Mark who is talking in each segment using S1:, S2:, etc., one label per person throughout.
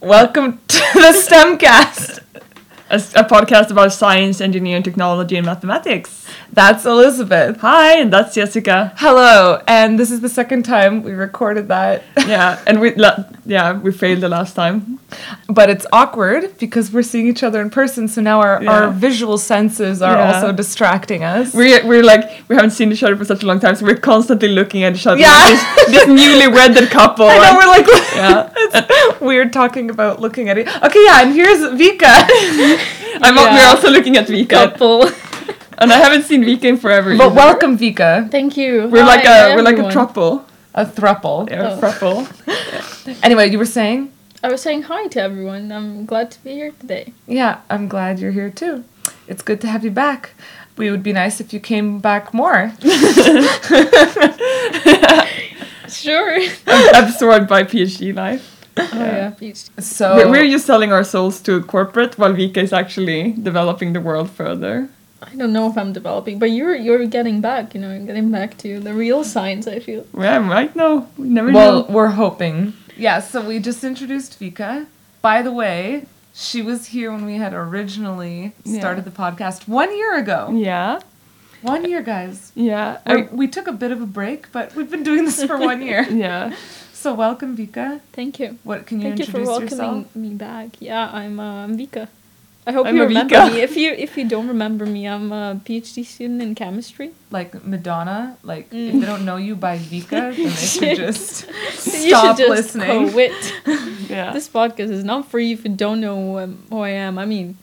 S1: Welcome to the STEMcast.
S2: a, s- a podcast about science, engineering, technology, and mathematics.
S1: That's Elizabeth.
S2: Hi, and that's Jessica.
S1: Hello, and this is the second time we recorded that.
S2: Yeah, and we la- yeah we failed the last time.
S1: But it's awkward because we're seeing each other in person, so now our, our
S2: Yeah.
S1: visual senses are
S2: Yeah.
S1: also distracting us.
S2: We we're like we haven't seen each other for such a long time, so we're constantly looking at each other.
S1: Yeah.
S2: like this, this newly wedded couple.
S1: I know
S2: and-
S1: we're like
S2: yeah,
S1: weird talking about looking at it. Okay, yeah, and here's Vika.
S2: I'm, al-
S3: Yeah.
S2: We're also looking at Vika,
S3: couple.
S2: and I haven't seen Vika in forever.
S1: But
S2: either.
S1: welcome Oh. Vika,
S3: Thank you.
S2: We're
S3: Hi,
S2: like
S3: hi,
S2: a we're like a
S3: everyone.
S2: truple.
S1: a thruple.
S2: Yeah,
S3: Oh.
S2: truple.
S1: Anyway, you were saying?
S3: I was saying hi to everyone. I'm glad to be here today.
S1: Yeah, I'm glad you're here too. It's good to have you back. We would be nice if you came back more.
S3: Sure. oh
S2: Absorbed by PhD life.
S3: yeah. please.
S1: So
S2: We're, we're just selling our souls to corporate, while Vika is actually developing the world further.
S3: I don't know if I'm developing, but you're you're getting back. You know, you're getting back to the real science. I feel.
S2: Yeah, right now. We never know.
S1: Well, we're hoping. Yeah, so we just introduced Vika. By the way, she was here when we had originally
S2: Yeah.
S1: started the podcast one year ago.
S2: Yeah,
S1: One year, guys.
S2: yeah,
S1: We're-
S2: I-
S1: we took a bit of a break, but we've been doing this for one year.
S2: yeah.
S1: So welcome, Vika.
S3: Thank you.
S1: What can you
S3: Thank you for
S1: introduce
S3: welcoming
S1: yourself?
S3: me back. Yeah, I'm uh, I'm Vika. I hope
S2: I'm
S3: you
S2: a
S3: remember
S2: Vika.
S3: me. If you if you don't remember me, I'm a PhD student in chemistry.
S1: Like Madonna. Like if
S3: Mm.
S1: they don't know you by Vika, then they should just
S3: you should
S1: stop
S3: just
S1: listening.
S3: quit.
S2: Yeah.
S3: This podcast is not for you if you don't know who, I'm- who I am. I mean,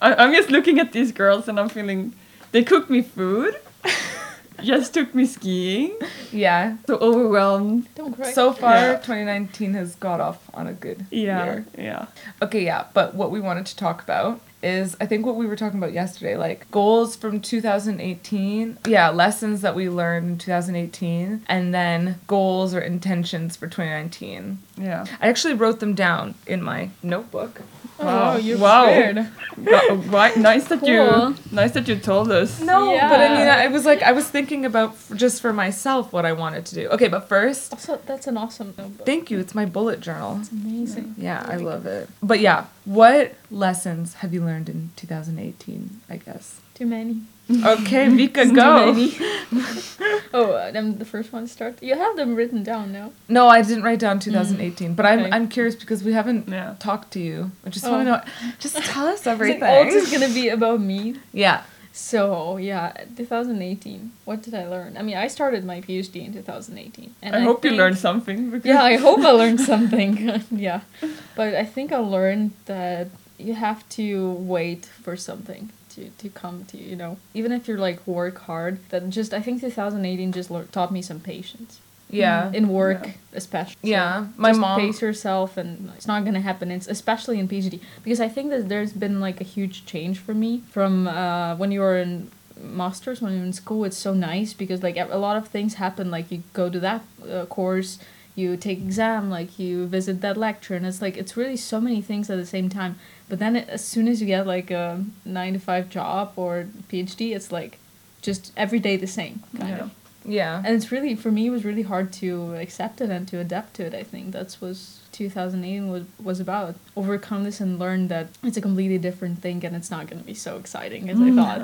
S2: I, I'm just looking at these girls and I'm feeling they cooked me food, just took me skiing.
S1: Yeah.
S2: So overwhelmed.
S3: don't cry.
S1: So far,
S2: Yeah.
S1: 2019 has got off on a good
S2: Yeah.
S1: year.
S2: Yeah.
S1: Okay, yeah, but what we wanted to talk about is I think what we were talking about yesterday, like goals from 2018. Yeah, lessons that we learned in 2018, and then goals or intentions for 2019.
S2: Yeah.
S1: I actually wrote them down in my notebook.
S3: Oh,
S2: Wow.
S3: you're
S2: Wow.
S3: scared.
S2: Wha- why, nice that
S3: Cool.
S2: you nice that you told us.
S1: No, but I mean,
S3: Yeah.
S1: I was like, I was thinking about f- just for myself what I wanted to do. Okay, but first,
S3: Also, that's an awesome notebook.
S1: thank you. It's my bullet journal.
S3: Amazing.
S1: Yeah, I love it. But yeah, what lessons have you learned in 2018? I guess.
S3: Too many.
S1: Okay, Vika,
S3: Too
S1: go.
S3: many. oh, uh, I'm the first one to start. You have them written down now.
S1: No, I didn't write down 2018, but I'm
S3: Mm. Okay.
S1: I'm curious because we haven't
S2: Yeah.
S1: talked to you. I just
S3: Oh.
S1: want to know. Just tell us
S3: It's
S1: everything.
S3: like, all just gonna be about me.
S1: yeah.
S3: So yeah, 2018. What did I learn? I mean, I started my PhD in 2018, and
S2: I, hope you
S3: think-
S2: learned something. Because
S3: Yeah, I hope I learned something. yeah, but I think I learned that you have to wait for something to to come to you. You know, even if you're like work hard, that just I think 2018 just lear- taught me some patience.
S1: Yeah.
S3: in work
S2: Uh, Yeah.
S3: especially.
S1: Yeah, my
S3: Mm. just
S1: mom-
S3: pace yourself, and it's not gonna happen. It's especially in PhD because I think that there's been like a huge change for me from uh, when you were in masters when you're in school it's so nice because like a lot of things happen like you go to that uh, course you take exam like you visit that lecture and it's like it's really so many things at the same time but then it, as soon as you get like a 9 to 5 job or phd it's like just every day the same kind
S2: Yeah.
S3: of
S1: Yeah.
S3: and it's really for me it was really hard to accept it and to adapt to it i think that's was 2018 was, was about overcome this and learn that it's a completely different thing and it's not going to be so exciting as i thought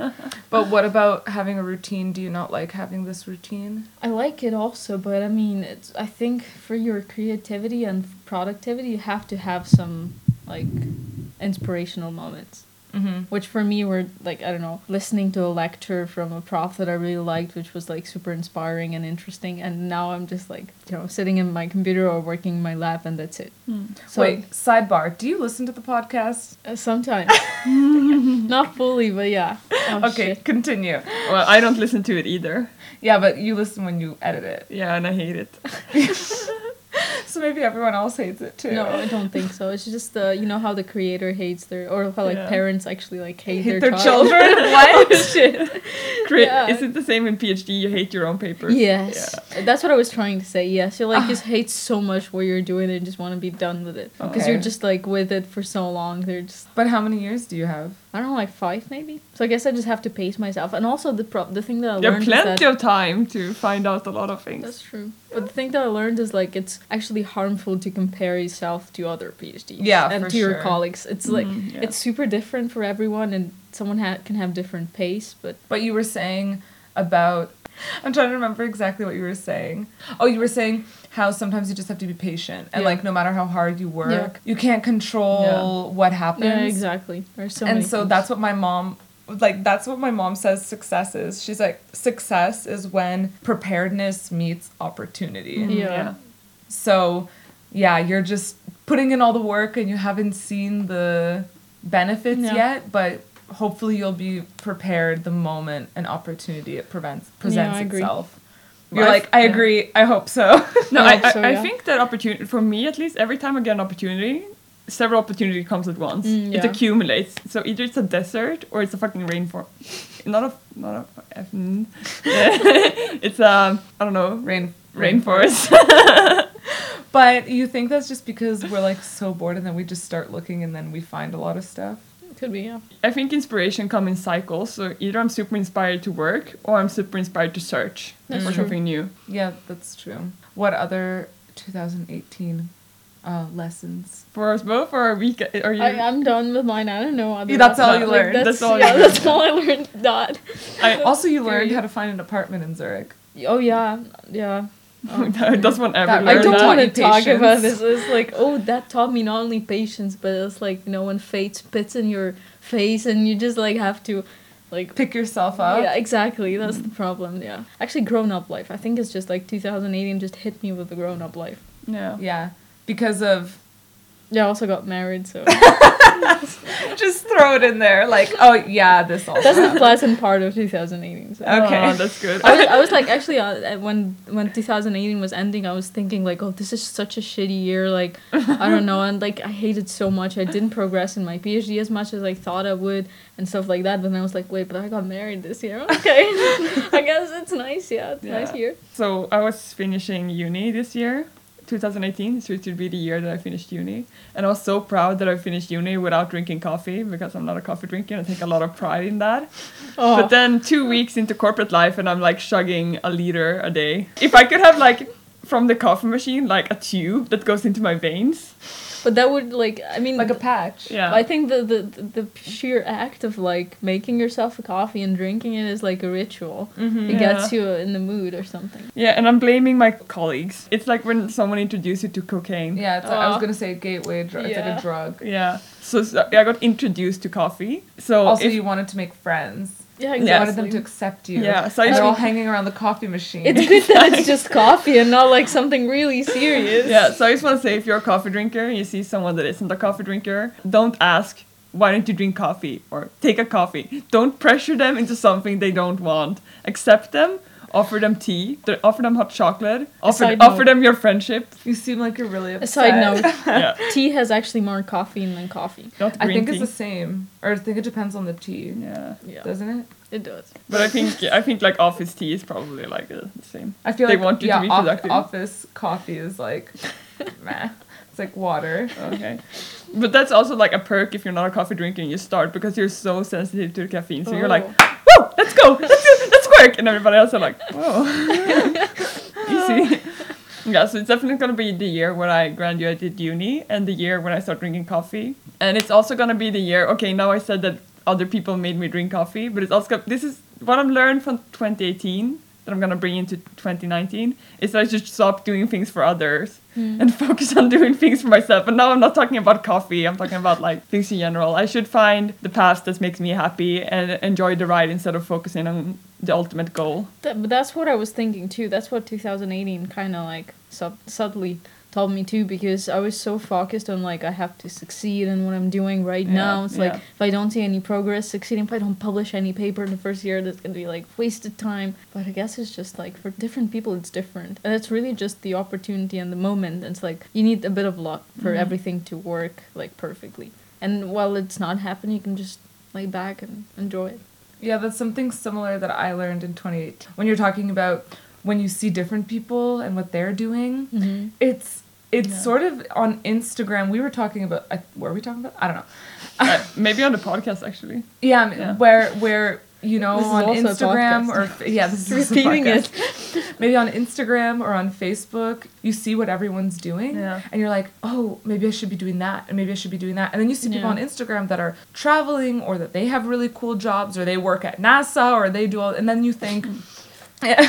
S1: But what about having a routine? Do you not like having this routine?
S3: i like it also but i mean it's i think for your creativity and productivity you have to have some like inspirational moments
S1: Mm-hmm.
S3: which for me were like i don't know listening to a lecture from a prof that i really liked which was like super inspiring and interesting and now i'm just like you know sitting in my computer or working in my lab and that's it so
S1: Hmm. Wait, sidebar. Do you listen to the podcast?
S3: uh, sometimes not fully but yeah Oh,
S1: okay,
S3: shit.
S1: continue.
S2: Well, I don't listen to it either.
S1: Yeah, but you listen when you edit it.
S2: Yeah, and I hate it.
S1: So maybe everyone else hates it too.
S3: no i don't think so it's just uh, you know how the creator hates their or how like
S2: Yeah.
S3: parents actually like hate,
S1: Hate
S3: their,
S1: their
S3: child.
S1: children? What?
S3: oh, shit
S2: Cre-
S3: Yeah.
S2: Is it the same in PhD? You hate your own paper.
S3: Yes, that's what I was trying to say. Yes, you
S1: Ah.
S3: like just hate so much what you're doing and just want to be done with it because
S1: Okay.
S3: you're just like with it for so long. They're just
S1: But how many years do you have?
S3: I don't know, like five maybe. So I guess I just have to pace myself. And also the pro- the thing that I
S2: There are
S3: learned is
S2: plenty
S3: that
S2: of time to find out a lot of things.
S3: that's true. But the thing that I learned is like it's actually harmful to compare yourself to other PhDs.
S1: Yeah,
S3: and
S1: for
S3: to your
S1: sure. Mm-hmm.
S3: colleagues. It's like
S2: Mhm, yeah.
S3: it's super different for everyone, and someone ha- can have different pace. But
S1: But you were saying about. I'm trying to remember exactly what you were saying. Oh, you were saying how sometimes you just have to be patient and
S3: Yeah.
S1: like no matter how hard you work, you can't control what happens.
S3: yeah, exactly. There's so
S1: and
S3: many
S1: so
S3: things.
S1: that's what my mom like that's what my mom says success is. She's like success is when preparedness meets opportunity.
S3: Mhm. Yeah.
S1: So, yeah, you're just putting in all the work and you haven't seen the benefits
S3: Yeah.
S1: yet, but hopefully you'll be prepared the moment an opportunity it prevents presents
S3: I agree.
S1: itself.
S2: Yeah,
S1: You're
S2: I
S1: like,
S2: f-
S1: I
S3: yeah.
S1: agree. I hope so.
S2: No,
S3: Yeah,
S2: I, I,
S3: so,
S2: I
S3: yeah.
S2: think that opportunity for me at least every time I get an opportunity, several opportunity comes at once.
S3: Mm,
S2: It
S3: yeah.
S2: accumulates. So either it's a desert or it's a fucking rainforest. not a not a f- mm. it's a I don't know
S1: Rain,
S2: rainforest.
S1: But you think that's just because we're like so bored and then we just start looking and then we find a lot of stuff.
S3: could be. Yeah.
S2: I think inspiration comes in cycles. So either I'm super inspired to work or I'm super inspired to search
S3: That's
S2: for
S3: true.
S2: something new.
S1: Yeah, that's true. What other 2018 uh, lessons?
S2: For us both, or are we? Are you?
S3: I, I'm done with mine. I don't know. Other
S1: Yeah, that's all
S3: ones.
S1: you
S3: Like,
S1: learned.
S3: That's,
S2: That's all you
S3: yeah,
S2: learned.
S3: that's all I learned. That.
S2: I-
S1: Also, you
S3: Period.
S1: learned how to find an apartment in Zurich.
S3: Oh yeah, yeah. Oh.
S2: Does one ever
S1: That
S2: learn
S3: I don't
S1: really
S2: that?
S1: taught
S3: want to
S1: you
S3: talk about
S1: patience.
S3: this. It's like, oh, that taught me not only patience, but it's like, you know, when fate spits in your face and you just like have to, like,
S1: Pick yourself up.
S3: yeah, exactly. That's the problem. Yeah, actually, grown up life. I think it's just like 2018 just hit me with the grown up life.
S2: Yeah.
S1: Yeah, because of
S3: Yeah, I also got married, so
S1: just throw it in there. Like, oh yeah, this also.
S3: that's the pleasant part of 2018. So.
S1: Okay.
S2: Oh, that's good.
S3: I was, I was like actually uh, uh, when when 2018 was ending I was thinking like oh this is such a shitty year like I don't know and like I hated so much I didn't progress in my PhD as much as I thought I would and stuff like that but then I was like wait but I got married this year okay I guess it's nice yeah it's a nice
S2: Yeah.
S3: year
S2: So I was finishing uni this year, 2018. So it would be the year that I finished uni, and I was so proud that I finished uni without drinking coffee because I'm not a coffee drinker. I take a lot of pride in that.
S3: oh
S2: But then two weeks into corporate life, and I'm like chugging a liter a day. If I could have like from the coffee machine like a tube that goes into my veins,
S3: but that would like I mean
S1: like a patch.
S2: yeah.
S3: I think the, the the sheer act of like making yourself a coffee and drinking it is like a ritual
S1: Mm-hmm.
S3: it
S2: Yeah.
S3: gets you in the mood or something
S2: yeah, and I'm blaming my colleagues. It's like when someone introduced you to cocaine.
S1: Yeah, it's, I was
S3: Aw.
S1: gonna say gateway drug. It's like
S3: Yeah.
S1: a drug.
S2: Yeah. So, so I got introduced to coffee. So
S1: Also,
S2: if-
S1: you wanted to make friends.
S3: yeah
S1: You
S3: exactly
S1: wanted them to accept you.
S2: yeah. So I
S1: And they're
S2: used to-
S1: all hanging around the coffee machine.
S3: It's good that it's just coffee and not like something really serious.
S2: Yeah, so I just want to say if you're a coffee drinker and you see someone that isn't a coffee drinker, don't ask, why don't you drink coffee? Or take a coffee. Don't pressure them into something they don't want. Accept them, offer them tea, th- offer them hot chocolate, offer,
S3: side
S2: offer
S3: note.
S2: them your friendship.
S1: you seem like you're really
S3: A
S1: upset.
S3: side note:
S2: yeah,
S3: tea has actually more caffeine than coffee.
S2: not
S1: I
S2: green
S1: think
S2: tea.
S1: it's the same, or I think it depends on the tea,
S2: yeah,
S3: Yeah,
S1: doesn't it?
S3: it does.
S2: but I think I think like office tea is probably like uh, the same.
S1: I feel
S2: They
S1: like
S2: want you to
S1: yeah,
S2: be
S1: off-
S2: productive.
S1: office coffee is like, meh. It's like water.
S2: Okay, but that's also like a perk if you're not a coffee drinker and you start because you're so sensitive to caffeine. So you're like, whoa, let's go, let's do, let's work, and everybody else are like, whoa, easy. Yeah, so it's definitely gonna be the year when I graduated uni and the year when I start drinking coffee, and it's also gonna be the year. Okay, now I said that other people made me drink coffee, but it's also this is what I've learned from 2018 that I'm gonna bring into 2019 is that I should stop doing things for others and focus on doing things for myself. And now I'm not talking about coffee. I'm talking about like things in general. I should find the path that makes me happy and enjoy the ride instead of focusing on the ultimate goal.
S3: That, but that's what I was thinking too. That's what 2018 kind of like sub- subtly told me too because I was so focused on like I have to succeed in what I'm doing right
S2: Yeah,
S3: now. It's like
S2: yeah.
S3: if I don't see any progress succeeding, if I don't publish any paper in the first year, that's gonna be like wasted time. But I guess it's just like for different people, it's different, and it's really just the opportunity and the moment. It's like you need a bit of luck for
S2: Mhm.
S3: everything to work like perfectly. And while it's not happening, you can just lay back and enjoy it.
S1: Yeah, that's something similar that I learned in 2018. When you're talking about when you see different people and what they're doing,
S3: Mm-hmm.
S1: it's it's
S2: Yeah.
S1: sort of on Instagram. We were talking about I were we talking about? I don't know.
S2: Uh, maybe on the podcast actually.
S1: Yeah, I mean,
S2: Yeah.
S1: where where you know
S3: This is
S1: on
S3: also a
S1: Instagram
S3: podcast.
S1: or yeah, this is also a
S3: Repeating
S1: podcast.
S3: it.
S1: maybe on Instagram or on Facebook, you see what everyone's doing
S2: Yeah.
S1: and you're like, oh, maybe I should be doing that, and maybe I should be doing that. And then you see people
S3: Yeah.
S1: on Instagram that are traveling, or that they have really cool jobs, or they work at NASA, or they do all, and then you think,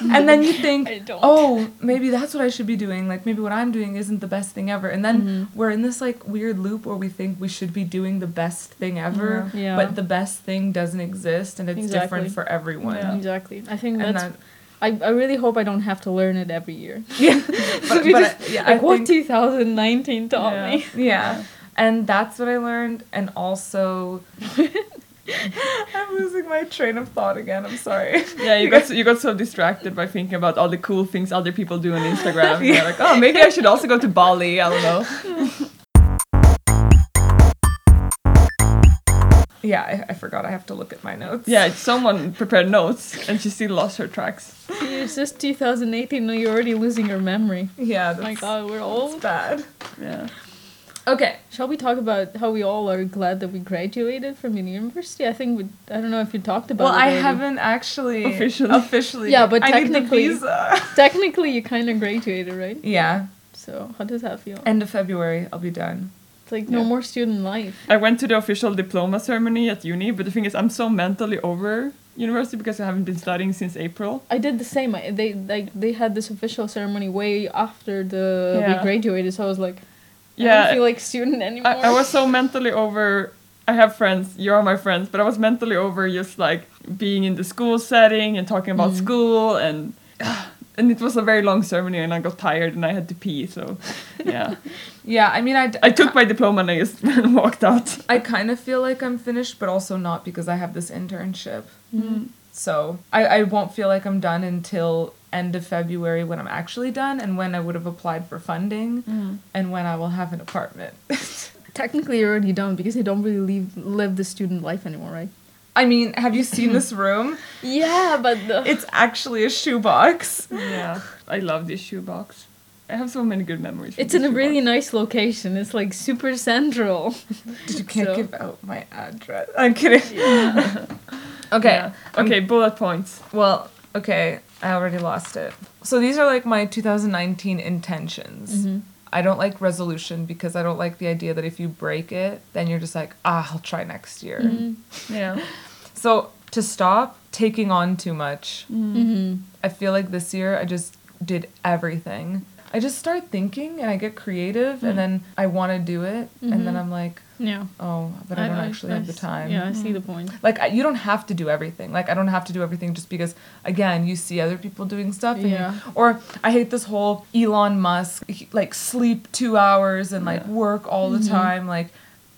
S1: and then you think,
S3: I don't.
S1: oh, maybe that's what I should be doing. Like maybe what I'm doing isn't the best thing ever. And then
S3: Mm-hmm.
S1: we're in this like weird loop where we think we should be doing the best thing ever,
S3: Yeah. Yeah.
S1: but the best thing doesn't exist, and it's
S3: Exactly.
S1: different for everyone.
S2: Yeah.
S3: Exactly. I think
S1: And
S3: that's.
S1: that,
S3: I, I really hope I don't have to learn it every year.
S1: yeah, but,
S3: We
S1: but
S3: just-
S1: I- yeah, I
S3: like what
S1: think-
S3: 2019 taught
S2: Yeah.
S3: me.
S1: Yeah. And that's what I learned. And also, I'm losing my train of thought again. I'm sorry.
S2: Yeah, you got so, you got so distracted by thinking about all the cool things other people do on Instagram. and You're like, oh, maybe I should also go to Bali. I don't know.
S1: Yeah, I, I forgot. I have to look at my notes.
S2: Yeah, someone prepared notes, and she still lost her tracks.
S3: It's just 2018 and you're already losing your memory.
S1: Yeah. That's,
S3: Oh my god, we're
S1: It's
S3: old.
S1: bad.
S2: Yeah.
S1: Okay.
S3: Shall we talk about how we all are glad that we graduated from university? I think we. I don't know if you talked about.
S1: Well,
S3: it
S1: I
S3: already.
S1: haven't actually
S2: Officially.
S1: officially-
S3: Yeah, but
S1: I need the
S3: technically-
S1: visa.
S3: Technically, you kind of graduated, right?
S1: yeah,
S3: So how does that feel?
S1: end of February, I'll be done.
S3: It's like no
S2: Yeah.
S3: more student life.
S2: I went to the official diploma ceremony at uni, but the thing is, I'm so mentally over university because I haven't been studying since April.
S3: I did the same. I, they like they had this official ceremony way after the we
S2: Yeah.
S3: graduated, so I was like, I
S2: Yeah.
S3: don't feel like student anymore.
S2: I, I was so mentally over. I have friends. You are my friends, but I was mentally over just like being in the school setting and talking about school and. And it was a very long ceremony, and I got tired, and I had to pee. So, yeah,
S1: Yeah, I mean, I, d-
S2: I took my diploma and I just walked out.
S1: I kind of feel like I'm finished, but also not because I have this internship. So I, I won't feel like I'm done until end of February when I'm actually done and when I would have applied for funding and when I will have an apartment.
S3: Technically, you're already done because they don't really leave, live the student life anymore, right?
S1: I mean, have you seen this room?
S3: Yeah, but the,
S1: It's actually a shoebox.
S2: Yeah, I love this shoebox. I have so many good memories. from
S3: it's
S2: this
S3: in a really
S2: shoebox.
S3: nice location. It's like super central.
S1: You can't
S3: So-
S1: give out my address. I'm kidding. okay.
S2: Yeah. Okay, bullet points.
S1: Well, okay, I already lost it. So these are like my 2019 intentions. I don't like resolution because I don't like the idea that if you break it, then you're just like, ah, I'll try next year.
S2: Yeah.
S1: So to stop taking on too much, I feel like this year I just did everything. I just start thinking and I get creative and then I want to do it and then I'm like,
S3: Yeah,
S1: oh, but Mm-hmm. I, don't actually have the
S3: s-
S1: time
S3: Yeah, I see the point.
S1: like I- you don't have to do everything like i don't have to do everything just because again you see other people doing stuff and you-
S3: Yeah.
S1: or i hate this whole elon musk he- like sleep two hours and like work all the time like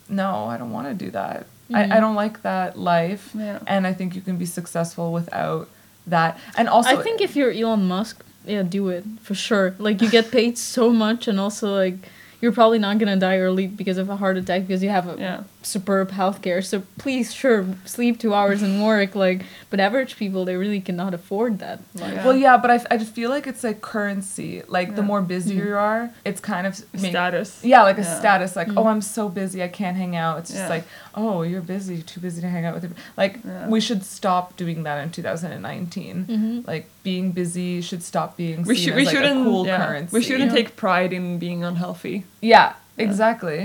S1: no i don't want to do that I, I don't like that life
S2: Yeah.
S1: and i think you can be successful without that and also
S3: I think if you're Elon Musk, yeah, do it for sure. Like you get paid so much, and also like you're probably not gonna die early because of a heart attack because you have a
S2: Yeah.
S3: superb healthcare. So please, sure, sleep two hours and work. Like, but average people they really cannot afford that. Like,
S2: Yeah.
S1: well yeah but i, f- I just feel like it's like currency like the
S2: Yeah.
S1: more busy you are it's kind of make-
S2: Status.
S1: Yeah, like a
S2: Yeah. Mm.
S1: status, like, oh, I'm so busy, I can't hang out. It's just
S2: Yeah.
S1: like, oh, you're busy, you're too busy to hang out with. your- Like,
S2: Yeah.
S1: we should stop doing that in 2019. Like, being busy should stop being
S2: Mm-hmm. We
S1: seen
S2: should.
S1: as
S2: We
S1: like
S2: shouldn't.
S1: a cool
S2: yeah.
S1: currency.
S2: We shouldn't
S3: Yeah.
S2: take pride in being unhealthy.
S1: Yeah, exactly.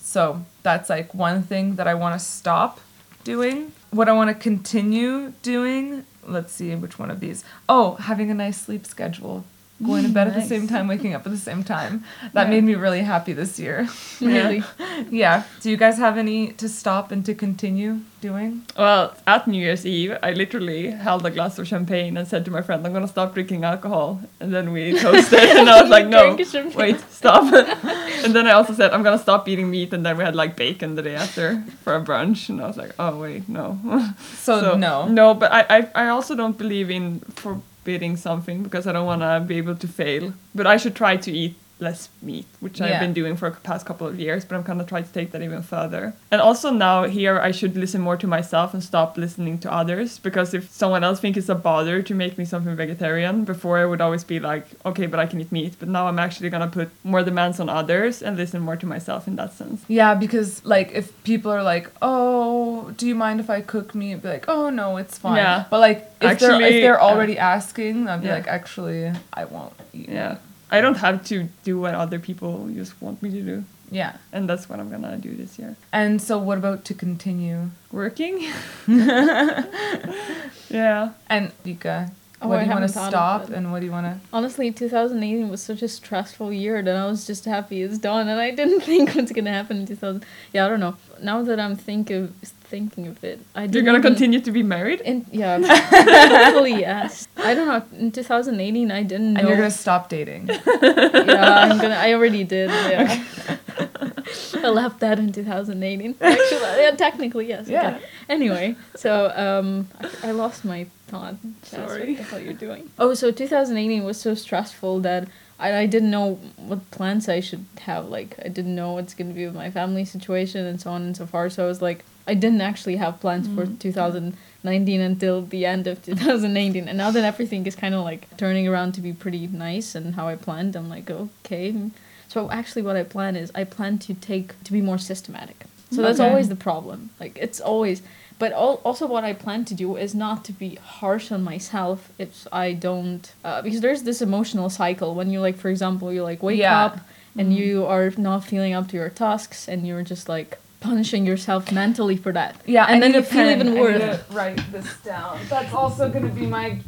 S1: So that's like one thing that I want to stop doing. What I want to continue doing. Let's see which one of these. Oh, having a nice sleep schedule. Going to bed at the
S2: nice.
S1: same time, waking up at the same time. That
S2: Yeah.
S1: made me really happy this year.
S3: really.
S1: Yeah. Do you guys have any to stop and to continue doing?
S2: Well, at New Year's Eve, I literally held a glass of champagne and said to my friend, "I'm gonna stop drinking alcohol." And then we toasted, and I was like, "No,
S3: Drank champagne.
S2: wait, stop." and then I also said, "I'm gonna stop eating meat." And then we had like bacon the day after for a brunch, and I was like, "Oh wait, no."
S1: So, no.
S2: No, but I, I, I also don't believe in forbidding something because I don't want to be able to fail. But I should try to eat less meat, which
S1: Yeah.
S2: I've been doing for the past couple of years, but I'm kind of trying to take that even further. And also now here I should listen more to myself and stop listening to others because if someone else thinks it's a bother to make me something vegetarian, before I would always be like, okay, but I can eat meat, but now I'm actually going to put more demands on others and listen more to myself in that sense.
S1: Yeah, because like if people are like, "Oh, do you mind if I cook meat?" Be like, "Oh no, it's fine."
S2: Yeah.
S1: But like if they're
S2: Actually,
S1: if they're
S2: uh,
S1: already asking, I'd be
S2: yeah.
S1: like, "Actually, I won't eat."
S2: Yeah. I don't have to do what other people just want me to do.
S1: Yeah.
S2: And that's what I'm going to do this year.
S1: And so, what about to continue?
S2: Working? yeah.
S1: And Vika,
S3: Oh,
S1: what
S3: I
S1: do you want to
S3: haven't thought of
S1: stop,
S3: that.
S1: and what do you want to?
S3: Honestly, 2018 was such a stressful year that I was just happy it's done, and I didn't think what's gonna happen in 2000. Yeah, I don't know. Now that I'm think of thinking of it, I
S2: You're
S3: didn't
S2: going to
S3: even-
S2: continue to be married?
S3: In, yeah, hopefully yes. I don't know. In 2018, I didn't know.
S1: And you're gonna stop dating.
S3: yeah, I'm gonna. I already did. Yeah. I left that in 2018. Actually, yeah, technically yes. okay.
S1: Yeah.
S3: Anyway, so um, I, I lost my thought. Jess,
S2: Sorry.
S3: What the hell you're doing? Oh, so 2018 was so stressful that I, I didn't know what plans I should have. Like I didn't know what's gonna be with my family situation and so on and so far. So I was like, I didn't actually have plans for 2019 until the end of 2018. And now that everything is kind of like turning around to be pretty nice and how I planned, I'm like, okay. So actually, what I plan is I plan to take to be more systematic. So that's
S1: Okay.
S3: always the problem. Like it's always. But al- also, what I plan to do is not to be harsh on myself if I don't, uh, because there's this emotional cycle when you like, for example, you like wake
S1: Yeah.
S3: up and you are not feeling up to your tasks and you're just like punishing yourself mentally for that.
S1: Yeah,
S3: and
S1: I
S3: then
S1: need a
S3: you feel
S1: pen.
S3: even
S1: I need
S3: worse.
S1: to write this down. That's also gonna be my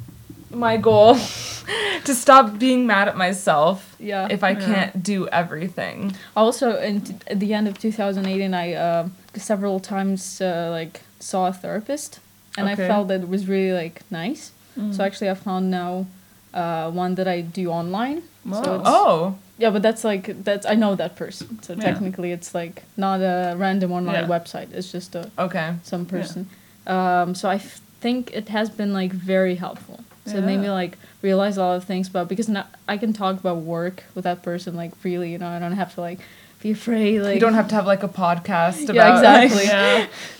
S1: my goal to stop being mad at myself
S3: Yeah.
S1: if I can't do everything.
S3: also in t- at the end of 2018 i um several times uh, like saw a therapist and
S1: Okay. Mm.
S3: i felt that it was really like nice so actually i found now uh, one that i do online
S2: Wow.
S3: so it's,
S1: Oh,
S3: yeah but that's like that's i know that person so
S2: Yeah.
S3: technically it's like not a random online
S2: Yeah.
S3: website it's just a
S1: okay.
S3: some person. Um, so I f- think it has been like very helpful. So it made me
S2: Yeah.
S3: like realize a lot of things about because now I can talk about work with that person like freely. You know, I don't have to like be afraid. Like
S1: you don't have to have like a podcast about
S3: yeah, exactly.
S2: Oh,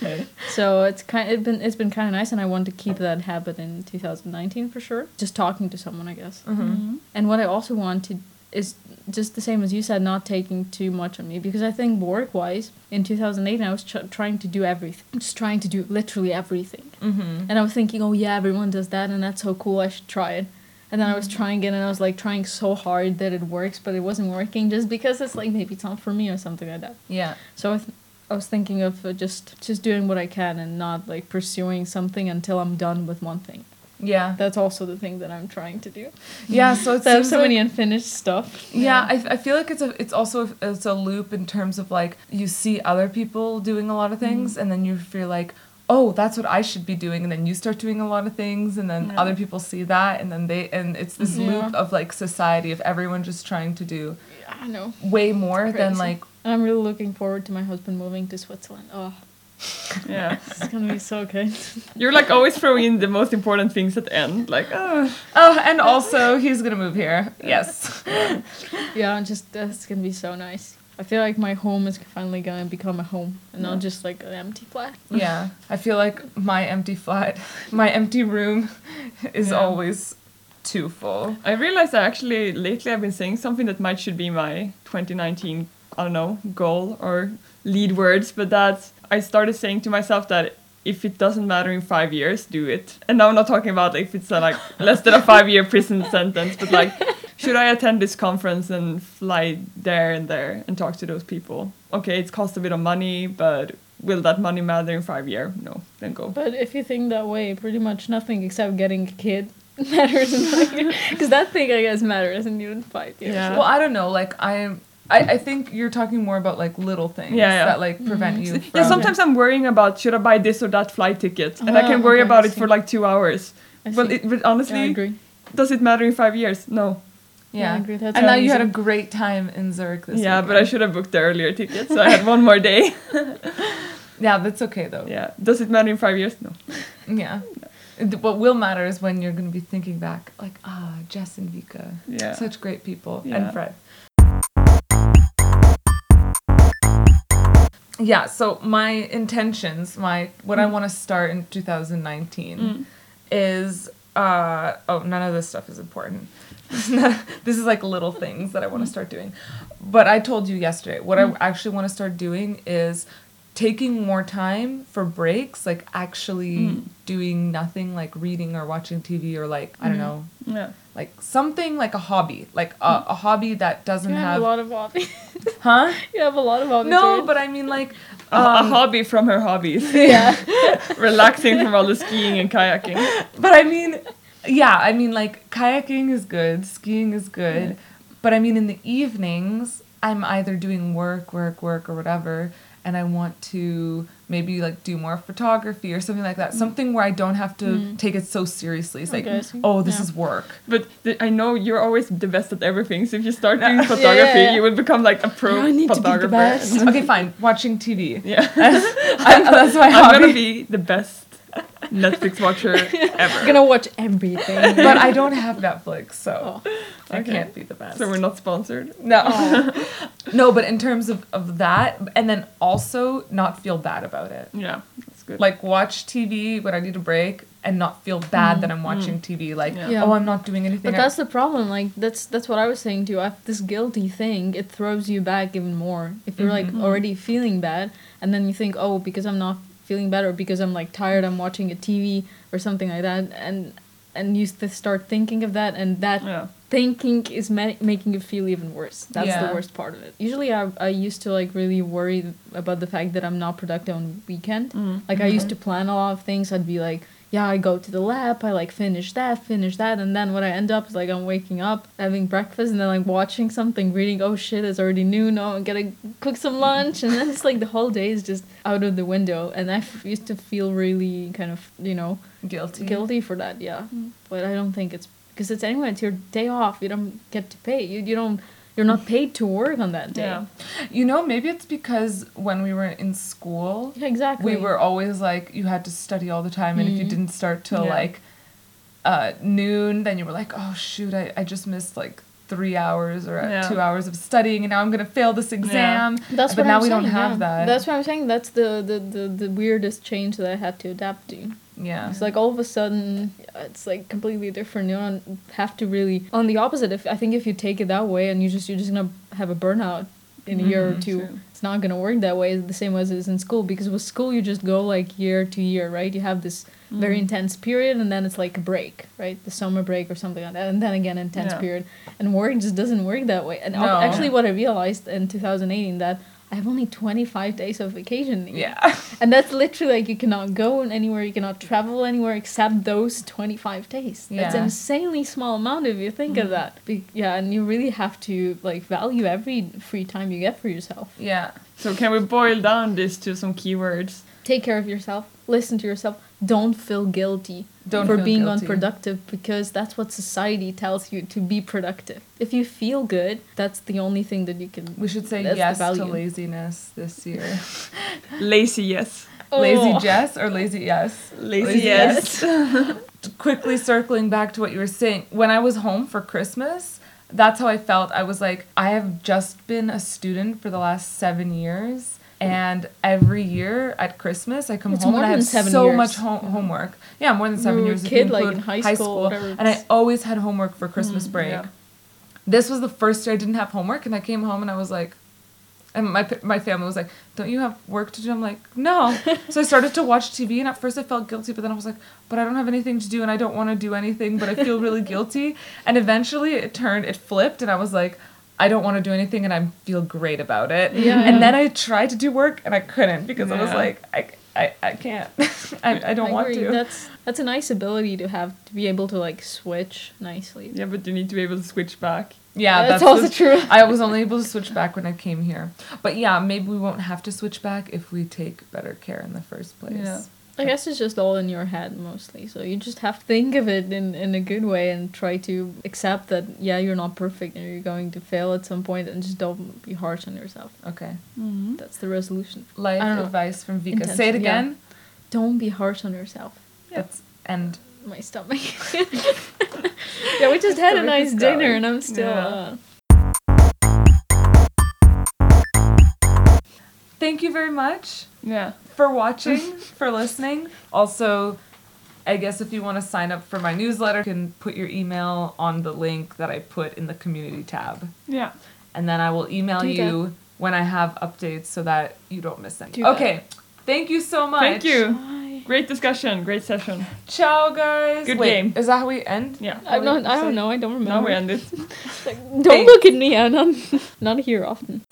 S2: Yeah.
S3: So it's kind. It's been it's been kind of nice, and I want to keep that habit in 2019 for sure. Just talking to someone, I guess.
S1: Mm-hmm,
S3: And what I also want to is just the same as you said, not taking too much on me because I think work wise in 2008 I was tr- trying to do everything, just trying to do literally everything. Mm-hmm. And I was thinking, oh yeah, everyone does that, and that's so cool. I should try it. And then I was trying it, and I was like trying so hard that it works, but it wasn't working just because it's like maybe it's not for me or something like that.
S1: Yeah.
S3: So I, th- I was thinking of uh, just just doing what I can and not like pursuing something until I'm done with one thing.
S1: Yeah.
S3: That's also the thing that I'm trying to do.
S1: Yeah, so it's
S3: So I have so many unfinished stuff.
S1: Yeah, I, f- I feel like it's a it's also a, it's a loop in terms of like you see other people doing a lot of things and then you feel like oh that's what I should be doing and then you start doing a lot of things and then
S2: Yeah.
S1: other people see that and then they and it's this
S3: Mhm.
S1: loop of like society of everyone just trying to do
S3: Yeah, I know.
S1: way more than
S3: Crazy.
S1: like
S3: And I'm really looking forward to my husband moving to Switzerland. Oh,
S2: Yeah.
S3: it's gonna be so good.
S2: You're like always throwing in the most important things at the end. Like, oh.
S1: oh and also he's gonna move here yes
S3: yeah, I'm just uh, it's gonna be so nice. I feel like my home is finally gonna become a home and not just like an empty flat.
S1: yeah I feel like my empty flat my empty room is
S2: Yeah.
S1: always too full
S2: I realized I actually lately I've been saying something that might should be my 2019, I don't know, goal or lead words, but that's I started saying to myself that if it doesn't matter in five years, do it. And now I'm not talking about if it's a, like less than a five year prison sentence, but like, should I attend this conference and fly there and there and talk to those people? Okay, it's cost a bit of money, but will that money matter in five years? No, then go.
S3: But if you think that way, pretty much nothing except getting a kid matters in because that thing I guess matters in even five years.
S2: Yeah.
S1: Well, I don't know. Like I'm, I, I think you're talking more about like little things
S2: Yeah, yeah.
S1: that
S3: Mm-hmm.
S1: like prevent you. From,
S2: Yeah, sometimes I'm worrying about should I buy this or that flight ticket, and I
S3: Ah,
S2: can worry
S3: okay,
S2: about
S3: I
S2: it
S3: see.
S2: for like two hours.
S3: I
S2: But,
S3: see.
S2: it, but
S3: Yeah, I
S2: honestly,
S3: agree.
S2: does it matter in five years? No.
S1: Yeah.
S3: Yeah, I agree. That's
S1: and now
S3: how
S1: you had a
S3: easy-
S1: great time in Zurich this
S2: yeah, but I
S1: weekend.
S2: should have booked the earlier ticket, so I had one more day.
S1: Yeah, that's okay though.
S2: Yeah. Does it matter in five years? No.
S1: Yeah. Th- What will matter is when you're going to be thinking back, like, ah, Jess and Vika,
S2: Yeah.
S1: such great people,
S2: Yeah.
S1: and Fred. yeah, so my intentions, my what I want to start in 2019 is uh oh, none of this stuff is important. this is like little things that I want to start doing. But I told you yesterday, what I actually want to start doing is taking more time for breaks, like actually doing nothing like reading or watching TV or like I don't know,
S2: Yeah.
S1: like something like a hobby, like a, a hobby that doesn't
S3: You have,
S1: have,
S3: a lot of hobbies.
S1: huh?
S3: you have a lot of hobbies.
S1: No,
S3: right?
S1: but I mean like
S2: A- a hobby from her hobbies.
S3: Um, yeah.
S2: Relaxing from all the skiing and kayaking.
S1: But I mean, yeah, I mean, like, kayaking is good, skiing is good. But I mean, in the evenings, I'm either doing work, work, work, or whatever, and I want to maybe like do more photography or something like that. Something where I don't have to take it so seriously. It's like,
S3: Mm. Okay, I see.
S1: oh, this
S3: Yeah.
S1: is work.
S2: But th- I know you're always the best at everything. So if you start
S1: Yeah.
S2: doing
S1: Yeah,
S2: photography,
S3: yeah.
S2: you would become like a pro
S3: I need to be the
S2: photographer.
S3: best.
S1: okay, fine, watching TV.
S2: Yeah.
S1: I- that's my
S2: I'm
S1: hobby.
S2: gonna be the best Netflix watcher ever.
S3: gonna watch everything.
S1: but I don't have Netflix, so I
S2: Okay.
S1: can't be the best.
S2: So we're not sponsored.
S1: No. no, but in terms of, of that, and then also not feel bad about it.
S2: Yeah, that's good.
S1: Like, watch TV when I need a break and not feel bad that I'm watching TV. Like,
S2: Yeah.
S3: Yeah.
S1: oh, I'm not doing anything.
S3: But
S1: I-
S3: that's the problem. Like that's that's what I was saying too. I, this guilty thing it throws you back even more. If you're like already feeling bad, and then you think, oh, because I'm not feeling bad, or because I'm like tired, I'm watching a TV or something like that, and and you th- start thinking of that, and that
S2: yeah.
S3: thinking is ma- making you feel even worse. That's
S1: Yeah.
S3: the worst part of it. Usually, I I used to like really worry about the fact that I'm not productive on weekend. Like I used to plan a lot of things. I'd be like, yeah, I go to the lab, I like finish that, finish that, and then what I end up is like I'm waking up, having breakfast, and then like watching something, reading. Oh shit, it's already noon. Oh, I'm gonna cook some lunch, and then it's like the whole day is just out of the window. And I f- used to feel really kind of you know
S1: guilty.
S3: guilty for that. Yeah,
S1: Mm.
S3: but I don't think it's because it's anyway. It's your day off. You don't get to pay. You you don't. You're not paid to work on that day.
S2: Yeah.
S1: You know, maybe it's because when we were in school,
S3: Yeah, exactly.
S1: we were always like, you had to study all the time, and if you didn't start till
S2: Mm-hmm. Yeah.
S1: like uh, noon, then you were like, oh, shoot, I, I just missed like three hours or uh,
S2: Yeah.
S1: two hours of studying, and now I'm going to fail this exam.
S3: That's
S1: but
S3: what
S1: now
S3: I'm
S1: we don't
S3: saying,
S1: have
S3: yeah.
S1: that.
S3: That's what I'm saying. That's the, the, the, the weirdest change that I had to adapt to.
S1: yeah.
S3: It's like all of a sudden, it's like completely different. You don't have to really. On the opposite, if I think if you take it that way and you just you're just gonna have a burnout in a year or two,
S2: true.
S3: it's not gonna work that way. The same as it is in school because with school you just go like year to year, right? You have this very intense period and then it's like a break, right? The summer break or something like that, and then again intense
S2: Yeah.
S3: period. And work just doesn't work that way. And uh,
S1: No.
S3: actually, what I realized in 2018 that. I have only 25 days of vacation. a year.
S1: yeah.
S3: And that's literally like you cannot go anywhere, you cannot travel anywhere except those 25 days. That's
S1: Yeah. Mm.
S3: an insanely small amount if you think of that. Be- yeah, and you really have to like value every free time you get for yourself.
S1: Yeah.
S2: So can we boil down this to some keywords?
S3: Take care of yourself, listen to yourself, don't feel guilty
S1: Don't
S3: for
S1: feel
S3: being
S1: guilty.
S3: unproductive because that's what society tells you to be productive. If you feel good, that's the only thing that you can
S1: We should say
S3: That's the
S1: yes to
S3: value.
S1: laziness this year.
S2: Lazy yes. Oh,
S1: Lazy
S3: Oh.
S1: Jess or lazy yes?
S2: Lazy,
S1: yes. Quickly circling back to what you were saying, when I was home for Christmas, that's how I felt. I was like, I have just been a student for the last seven years. And every year at Christmas, I come
S3: It's
S1: home and
S3: more
S1: I have
S3: than seven
S1: so
S3: years.
S1: much home- homework. Yeah, more than seven
S3: were a
S1: years. if you
S3: kid, like, in
S1: include
S3: high school, whatever
S1: and I
S3: it's-
S1: always had homework for Christmas
S2: Mm,
S1: break.
S2: yeah.
S1: This was the first year I didn't have homework, and I came home and I was like, and my pa- my family was like, "Don't you have work to do?" I'm like, "No." so I started to watch TV, and at first I felt guilty, but then I was like, "But I don't have anything to do, and I don't want to do anything, but I feel really guilty." And eventually, it turned, it flipped, and I was like, "I don't want to do anything, and I feel great about it."
S3: Yeah,
S1: and
S3: yeah.
S1: then I tried to do work, and I couldn't because I was
S2: Yeah.
S1: like, "I, I, I can't. I, I don't
S3: I
S1: want
S3: agree.
S1: to."
S3: That's that's a nice ability to have to be able to like switch nicely.
S2: Yeah, but you need to be able to switch back.
S1: yeah,
S3: that's,
S1: the-
S3: also true.
S1: I was only able to switch back when I came here. But yeah, maybe we won't have to switch back if we take better care in the first place.
S2: Yeah.
S3: I guess it's just all in your head mostly. So you just have to think of it in, in a good way and try to accept that yeah, you're not perfect and you're going to fail at some point and just don't be harsh on yourself.
S1: Okay.
S2: Mm-hmm.
S3: That's the resolution.
S1: Life
S3: I don't know.
S1: advice from Vika.
S3: Intention,
S1: Say it
S3: yeah.
S1: again.
S3: Don't be harsh on yourself.
S1: Yeah. That's and
S3: My stomach. yeah, we just had a
S1: stomach
S3: nice
S1: is
S3: dinner
S1: growling.
S3: and uh, I'm still
S2: Yeah.
S3: uh,
S1: Thank you very much
S2: Yeah.
S1: for watching, for listening. Also, I guess if you want to sign up for my newsletter, you can put your email on the link that I put in the community tab.
S2: Yeah.
S1: And then I will email
S3: Do that.
S1: you when I have updates so that you don't miss anything.
S3: Do that.
S1: Okay. Thank you so much.
S2: Thank you.
S3: Bye.
S2: Great discussion. Great session.
S1: Ciao, guys.
S2: Good
S1: Wait,
S2: game.
S1: Is that how we end?
S2: Yeah.
S3: I
S1: What
S3: don't.
S1: did
S3: I
S1: you say?
S3: don't know. I don't remember.
S2: Now we end it.
S3: Don't look at me. I'm not, not here often.